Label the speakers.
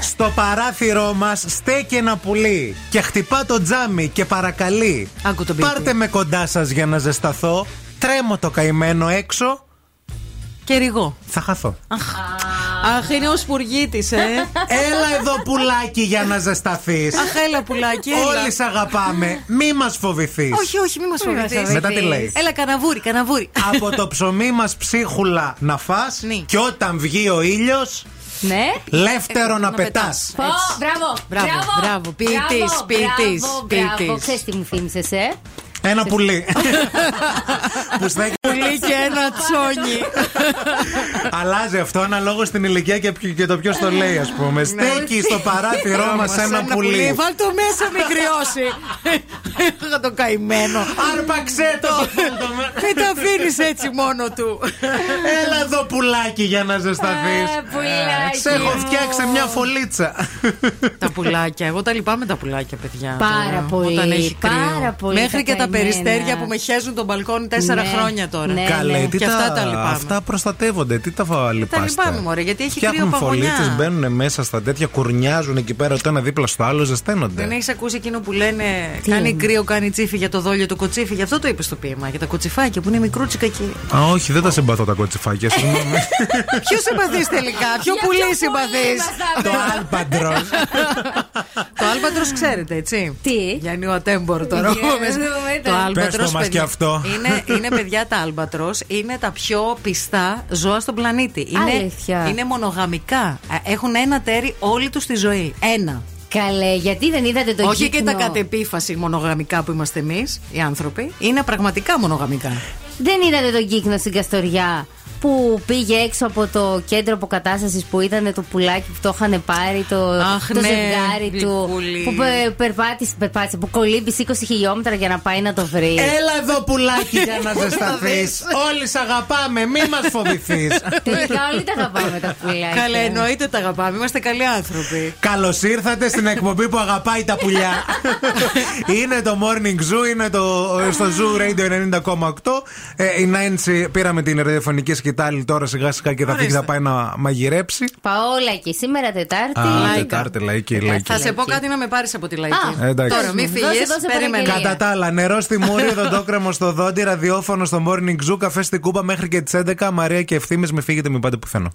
Speaker 1: Στο παράθυρό μας στέκει ένα πουλί και χτυπά το τζάμι και παρακαλεί.
Speaker 2: Άκου τον
Speaker 1: Πάρτε
Speaker 2: ποιητή.
Speaker 1: με κοντά σας για να ζεσταθώ. Τρέμω το καημένο έξω.
Speaker 2: Και ρηγό.
Speaker 1: Θα χαθώ.
Speaker 2: Αχ, είναι ο σπουργίτης, ε.
Speaker 1: Έλα εδώ πουλάκι για να ζεσταθείς.
Speaker 2: Αχ, έλα πουλάκι. έλα.
Speaker 1: Όλοι σε αγαπάμε. Μη μας φοβηθείς.
Speaker 2: Όχι, όχι, μη μας φοβηθείς
Speaker 1: Μετά τι λέει.
Speaker 2: Έλα, καναβούρι, καναβούρι.
Speaker 1: Από το ψωμί μας ψίχουλα να φά
Speaker 2: Ναι. Ε,
Speaker 1: και όταν βγει ο ήλιος,
Speaker 3: Ναι.
Speaker 1: λεύθερο να πετάς.
Speaker 2: πετάς.
Speaker 3: Πω,
Speaker 2: Έτσι.
Speaker 3: μπράβο,
Speaker 2: Μπράβο, μπράβο, ποιητής,
Speaker 3: μπράβο,
Speaker 2: ποιητής,
Speaker 3: μπράβο,
Speaker 2: ποιητής.
Speaker 3: μπράβο. Ξέρεις τι μου θύμισες, ε.
Speaker 1: Ένα πουλί. Που στέκει.
Speaker 2: Πουλί και ένα τσόνι.
Speaker 1: Αλλάζει αυτό αναλόγως στην ηλικία και, ποιο- και το ποιος το λέει, ας
Speaker 2: Ναι.
Speaker 1: πούμε. Στέκει Ναι, στο παράθυρό μας ένα πουλί.
Speaker 2: Βάλ το μέσα, μην κρυώσει. Έχα το καημένο.
Speaker 1: Άρπαξε το!
Speaker 2: Μην τα αφήνεις έτσι μόνο του.
Speaker 1: Έλα εδώ πουλάκι για να
Speaker 3: Ε,
Speaker 1: ζεσταθείς
Speaker 3: πουλάκι Ε,
Speaker 1: Σε έχω
Speaker 3: μου.
Speaker 1: φτιάξει μια φωλίτσα.
Speaker 2: τα πουλάκια. Εγώ τα λυπάμαι τα πουλάκια, παιδιά.
Speaker 3: Πάρα
Speaker 2: τώρα,
Speaker 3: πολύ,
Speaker 2: Όταν έχει κρύο.
Speaker 3: πάρα πολύ
Speaker 2: Μέχρι και τα
Speaker 3: τα καημένα.
Speaker 2: περιστέρια που με χέζουν τον μπαλκόνι τέσσερα
Speaker 3: Ναι,
Speaker 2: χρόνια τώρα.
Speaker 3: ναι.
Speaker 1: Καλέ, τι
Speaker 2: Και αυτά τα
Speaker 1: τα
Speaker 2: λυπάμαι.
Speaker 1: Αυτά προστατεύονται. Τι τα φα-
Speaker 2: Τα
Speaker 1: λυπάστε.
Speaker 2: λυπάμαι, μωρέ, γιατί έχει κρύο
Speaker 1: Φτιάχνουν
Speaker 2: παγωνιά.
Speaker 1: φωλίτσε, μπαίνουν μέσα στα τέτοια, κουρνιάζουν εκεί πέρα το ένα δίπλα στο άλλο,
Speaker 2: Δεν
Speaker 1: ζεσταίνονται.
Speaker 2: έχεις ακούσει εκείνο που λένε Κάνει κρύο, κάνει τσίφι για το δόλιο του κοτσίφι. Γι' αυτό το είπες στο ποίημα. Για τα κοτσιφάκια που είναι μικρούτσικα και.
Speaker 1: Α, όχι, δεν τα συμπαθώ τα κοτσιφάκια. Συγγνώμη.
Speaker 2: Ποιο συμπαθείς τελικά, ποιο
Speaker 3: Για
Speaker 2: πουλί
Speaker 3: ποιο
Speaker 2: συμπαθεί.
Speaker 3: ήμασταν,
Speaker 1: Το
Speaker 3: ε?
Speaker 1: άλπαντρος.
Speaker 2: Το άλμπατρος ξέρετε, έτσι.
Speaker 3: Τι?
Speaker 2: Γιάννη ο Ατέμπορο τώρα.
Speaker 3: Για να δούμε
Speaker 2: το
Speaker 3: τα-
Speaker 2: άλμπατρος.
Speaker 1: Πες το μας κι αυτό.
Speaker 2: Είναι, είναι παιδιά τα άλμπατρος. Είναι τα πιο πιστά ζώα στον πλανήτη. Είναι,
Speaker 3: Αλήθεια.
Speaker 2: είναι μονογαμικά. Ε, Έχουν ένα τέρι όλη τους τη ζωή. Ένα.
Speaker 3: Καλέ, γιατί δεν είδατε το
Speaker 2: Όχι και
Speaker 3: κύκνο?
Speaker 2: τα κατεπίφαση μονογαμικά που είμαστε εμείς, οι άνθρωποι. Είναι πραγματικά μονογαμικά.
Speaker 3: Δεν είδατε τον κύκνο στην Καστοριά που πήγε έξω από το κέντρο αποκατάστασης που ήταν το πουλάκι που το είχαν πάρει το,
Speaker 2: Αχ,
Speaker 3: το
Speaker 2: ναι,
Speaker 3: ζευγάρι του.
Speaker 2: γλυκούλη.
Speaker 3: Που πε- περπάτησε, περπάτησε, που κολύμπησε 20 χιλιόμετρα για να πάει να το
Speaker 2: Ε.
Speaker 3: βρει.
Speaker 1: Έλα εδώ πουλάκι για να ζεσταθεί. Όλοι σε αγαπάμε, μη μας φοβηθείς.
Speaker 3: Τελικά όλοι τα αγαπάμε τα πουλάκια.
Speaker 2: Καλά, εννοείται τα αγαπάμε. Είμαστε καλοί άνθρωποι.
Speaker 1: Καλώς ήρθατε στην εκπομπή που αγαπάει τα πουλιά. είναι το Morning Zoo, είναι το, στο Zoo Radio 90,8. Ε, η Νάιντσι πήραμε την ραδιοφωνική σκητάλη τώρα σιγά σιγά και θα φύγει
Speaker 2: Ορίστε.
Speaker 1: να πάει να μαγειρέψει.
Speaker 3: Παόλακη, σήμερα Τετάρτη.
Speaker 1: Α,
Speaker 2: λαϊκά.
Speaker 1: Τετάρτη, λαϊκή, λαϊκή.
Speaker 2: Θα σε πω κάτι να με πάρεις από τη λαϊκή.
Speaker 3: Α,
Speaker 1: Ε, εντάξει.
Speaker 2: Τώρα, μην
Speaker 3: Δώσε, δώσε,
Speaker 2: φύγεις.
Speaker 3: δώσε
Speaker 2: Περίμενα.
Speaker 3: παραγγελία.
Speaker 1: Κατά τα άλλα, νερό στη μούρη, οδοντόκρεμο στο δόντι, ραδιόφωνο στο Morning Zoo, καφέ στην κούπα μέχρι και τις 11. Μαρία και ευθύμε, με φύγετε, μην πάτε πουθενά.